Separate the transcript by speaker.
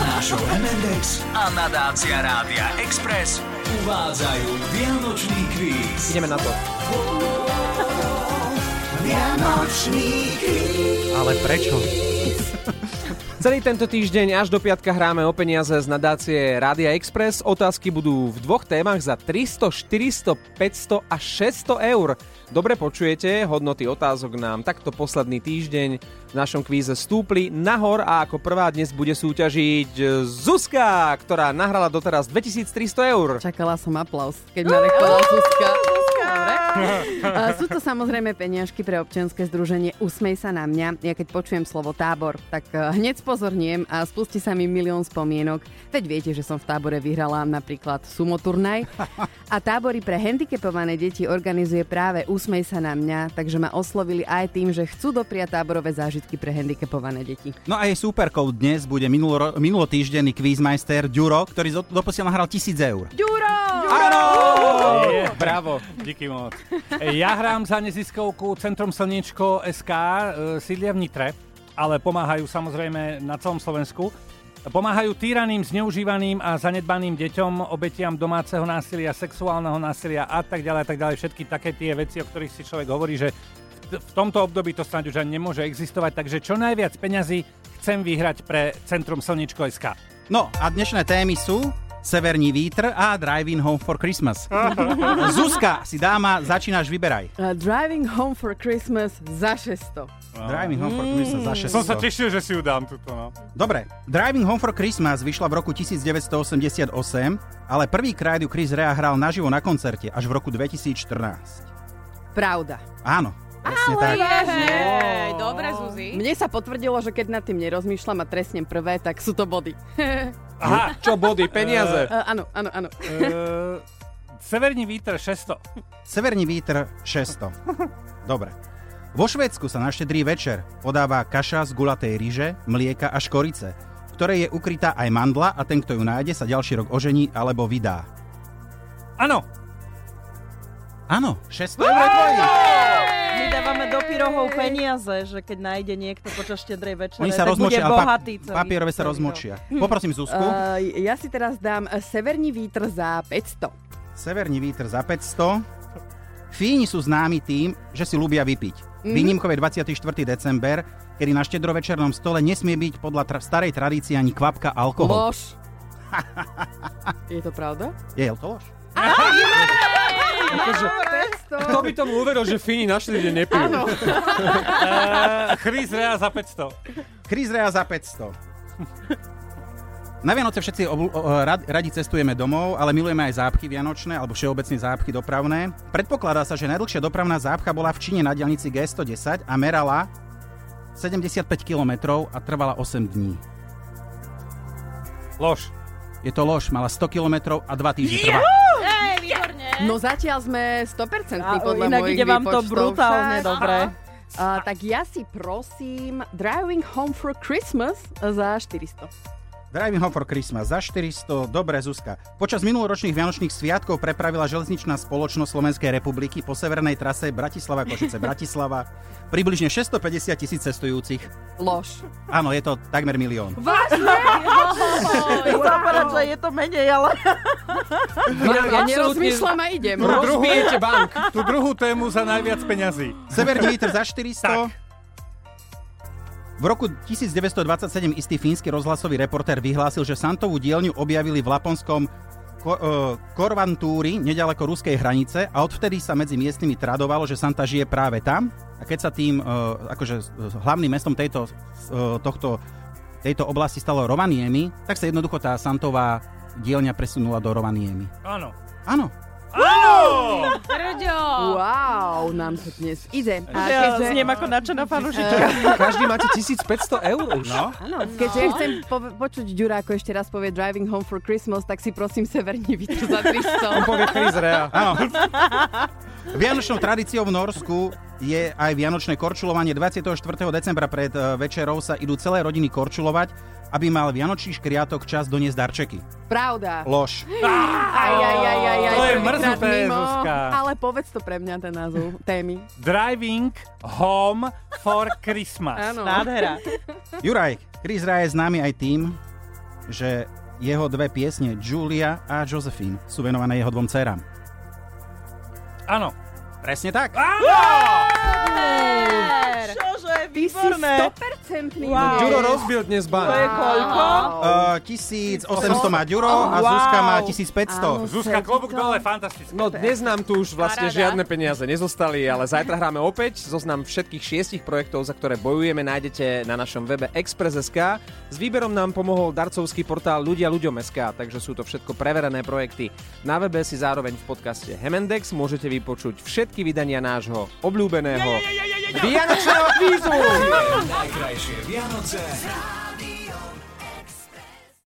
Speaker 1: Nášho MNDX a nadácia Rádia Express uvádzajú Vianočný kvíz.
Speaker 2: Ideme na to.
Speaker 1: Vianočný kvíz.
Speaker 3: Ale prečo?
Speaker 2: Celý tento týždeň až do piatka hráme o peniaze z nadácie Rádia Express. Otázky budú v dvoch témach za 300, 400, 500 a 600 eur. Dobre počujete, hodnoty otázok nám takto posledný týždeň v našom kvíze stúpli nahor a ako prvá dnes bude súťažiť Zuzka, ktorá nahrala doteraz 2300 eur.
Speaker 4: Čakala som aplaus, keď ma rekala Zuzka. Dobre. A Sú to samozrejme peniažky pre občianske združenie Usmej sa na mňa. Ja keď počujem slovo tábor, tak eh, hneď spozorniem a spustí sa mi milión spomienok. Veď viete, že som v tábore vyhrala napríklad sumoturnaj. A tábory pre handicapované deti organizuje práve Usmej sa na mňa, takže ma oslovili aj tým, že chcú dopriať táborové zážitky pre handicapované deti.
Speaker 5: No a jej súperkou dnes bude minulo, minulotýždenný quizmeister Ďuro, ktorý zo- doposiaľ nahral 1000 eur.
Speaker 4: Ďuro!
Speaker 5: Áno!
Speaker 3: Je.
Speaker 5: Bravo.
Speaker 3: Díky moc. Ja hrám za neziskovku Centrum Slniečko SK, e, sídlia v Nitre, ale pomáhajú samozrejme na celom Slovensku. Pomáhajú týraným, zneužívaným a zanedbaným deťom, obetiam domáceho násilia, sexuálneho násilia a tak ďalej a tak ďalej. Všetky také tie veci, o ktorých si človek hovorí, že v t- v tomto období to snáď už ani nemôže existovať. Takže čo najviac peňazí chcem vyhrať pre Centrum Slniečko SK.
Speaker 5: No a dnešné témy sú Severní vítr a Driving Home for Christmas. Zuzka, si dáma, začínaš, vyberaj.
Speaker 4: Uh, Driving home for Christmas za 600.
Speaker 5: Driving Home for Christmas za 600.
Speaker 3: tešil, že si ju dám tuto. No.
Speaker 5: Dobre, Driving Home for Christmas vyšla v roku 1988, ale prvýkrát ju Chris Rea hral naživo na koncerte až v roku 2014.
Speaker 4: Pravda.
Speaker 5: Áno, presne tak.
Speaker 6: Hej, dobre, Zuzi.
Speaker 4: Mne sa potvrdilo, že keď nad tým nerozmýšľam a trestnem prvé, tak sú to body.
Speaker 3: Aha,
Speaker 2: Čo body, peniaze.
Speaker 4: E, áno, áno, áno.
Speaker 3: Eh, Severní vítr 600.
Speaker 5: Severný vítr 600. Dobre. Vo Švédsku sa na štedrý večer podáva kaša z gulatej ryže, mlieka a škorice, v ktorej je ukrytá aj mandla a ten, kto ju nájde, sa ďalší rok ožení alebo vydá.
Speaker 3: Áno,
Speaker 5: Áno, 600 eur tvojí.
Speaker 7: My dávame do pyrohov peniaze, že keď nájde niekto počas štedrej večere,
Speaker 5: Oni sa
Speaker 7: tak bude
Speaker 5: rozmočia, ale pap-
Speaker 7: bohatý celý.
Speaker 5: papierové sa
Speaker 7: celý rok. Hm.
Speaker 5: rozmočia. Poprosím Zuzku.
Speaker 4: Uh, ja si teraz dám e, severní vítr za 500.
Speaker 5: Severný vítr za 500. Fíni sú známi tým, že si ľúbia vypiť.
Speaker 7: Mhm.
Speaker 5: Výnimkov je 24. december, kedy na štedrovečernom stole nesmie byť podľa tra- starej tradície ani kvapka alkoholu.
Speaker 4: Lož. Je to pravda?
Speaker 5: Je to lož?
Speaker 4: Akože...
Speaker 2: Kto by tomu uveril, že Fíni na 4 deň nepijú?
Speaker 3: Eh, Chris Rea za 500.
Speaker 5: Chris Rea za 500. Na Vianoce všetci obl- o, rad, radi cestujeme domov, ale milujeme aj zápchy vianočné alebo všeobecne zápchy dopravné. Predpokladá sa, že najdlhšia dopravná zápcha bola v Číne na diaľnici G110 a merala 75 km a trvala 8 dní.
Speaker 3: Lož.
Speaker 5: Je to lož, mala 100 km a 2 týždne trvá.
Speaker 6: Hej, výborne.
Speaker 4: No zatiaľ sme 100%
Speaker 7: A
Speaker 4: podľa
Speaker 7: inak
Speaker 4: mojich
Speaker 7: ide vám to
Speaker 4: výpočtov
Speaker 7: brutálne no.
Speaker 4: však.
Speaker 7: dobre.
Speaker 4: Uh, tak ja si prosím Driving Home for Christmas za 400.
Speaker 5: Driving Home for Christmas za 400, dobre Zuzka. Počas minuloročných vianočných sviatkov prepravila železničná spoločnosť Slovenskej republiky po severnej trase Bratislava Košice Bratislava približne 650 tisíc cestujúcich.
Speaker 4: Lož.
Speaker 5: Áno, je to takmer milión.
Speaker 7: Chcem povedať, že je to menej, ale
Speaker 4: Ja, ja
Speaker 2: absolútne-
Speaker 4: nerozmýšľam a idem.
Speaker 2: Rozbijete bank.
Speaker 3: Tú druhú tému za najviac peňazí.
Speaker 5: Severný vítr za 400.
Speaker 3: Tak.
Speaker 5: V roku 1927 istý fínsky rozhlasový reportér vyhlásil, že Santovú dielňu objavili v Laponskom Ko- eh, Korvantúri, nedaleko ruskej hranice a odvtedy sa medzi miestnymi tradovalo, že Santa žije práve tam a keď sa tým eh, akože s- s- hlavným mestom tejto, s- eh, tohto, tejto oblasti stalo Rovaniemi, tak sa jednoducho tá Santová dielňa presunula do Rovaniemi.
Speaker 3: Áno.
Speaker 5: Áno,
Speaker 3: Áno!
Speaker 6: Rďo.
Speaker 4: Wow, nám to dnes ide. A
Speaker 7: ja
Speaker 4: keďže-
Speaker 7: zniem ako nadšená fanúšička.
Speaker 2: Každý máte 1500 eur už. No.
Speaker 4: Áno, keďže chcem po- počuť Ďura, ako ešte raz povie Driving Home for Christmas, tak si prosím Severní vítr za 300.
Speaker 2: Povie Chris Rea.
Speaker 5: Áno. Vianočnou tradíciou v Norsku je aj Vianočné korčulovanie. 24. decembra pred e, večerou sa idú celé rodiny korčulovať, aby mal Vianočný škriatok čas doniesť darčeky.
Speaker 4: Pravda.
Speaker 5: Lož.
Speaker 4: Aj, aj, aj, aj, aj,
Speaker 3: To je
Speaker 4: prvýkrát
Speaker 3: mrzuté,
Speaker 4: mimo.
Speaker 3: Zuzka.
Speaker 4: Ale povedz to pre mňa ten názov témy.
Speaker 3: Driving home for Christmas.
Speaker 4: Áno.
Speaker 7: Nádhera.
Speaker 5: Juraj, Chris Rea je známy aj tým, že jeho dve piesne Julia a Josephine sú venované jeho dvom dcerám.
Speaker 3: Áno.
Speaker 5: Presne tak.
Speaker 7: Čože,
Speaker 4: Ty si 100%
Speaker 7: Wow.
Speaker 2: Ďuro rozbil dnes
Speaker 7: To je
Speaker 2: bank.
Speaker 7: koľko?
Speaker 5: Uh, 1800 má Ďuro a
Speaker 7: Wow.
Speaker 5: Zuzka má
Speaker 4: Oh. Áno,
Speaker 5: 1500.
Speaker 3: Zuzka,
Speaker 4: sedí
Speaker 3: klobúk
Speaker 4: to.
Speaker 3: dole, fantastické.
Speaker 2: No dnes nám tu už vlastne
Speaker 6: Paráda.
Speaker 2: žiadne peniaze nezostali, ale zajtra hráme opäť. Zoznam všetkých šiestich projektov, za ktoré bojujeme, nájdete na našom webe Express.sk. S výberom nám pomohol darcovský portál Ľudia ľuďom SK, takže sú to všetko preverené projekty. Na webe si zároveň v podcaste Hemendex môžete vypočuť všetky vydania nášho obľúbeného Vianočného kvízu.
Speaker 1: Najkrajšie Vianoce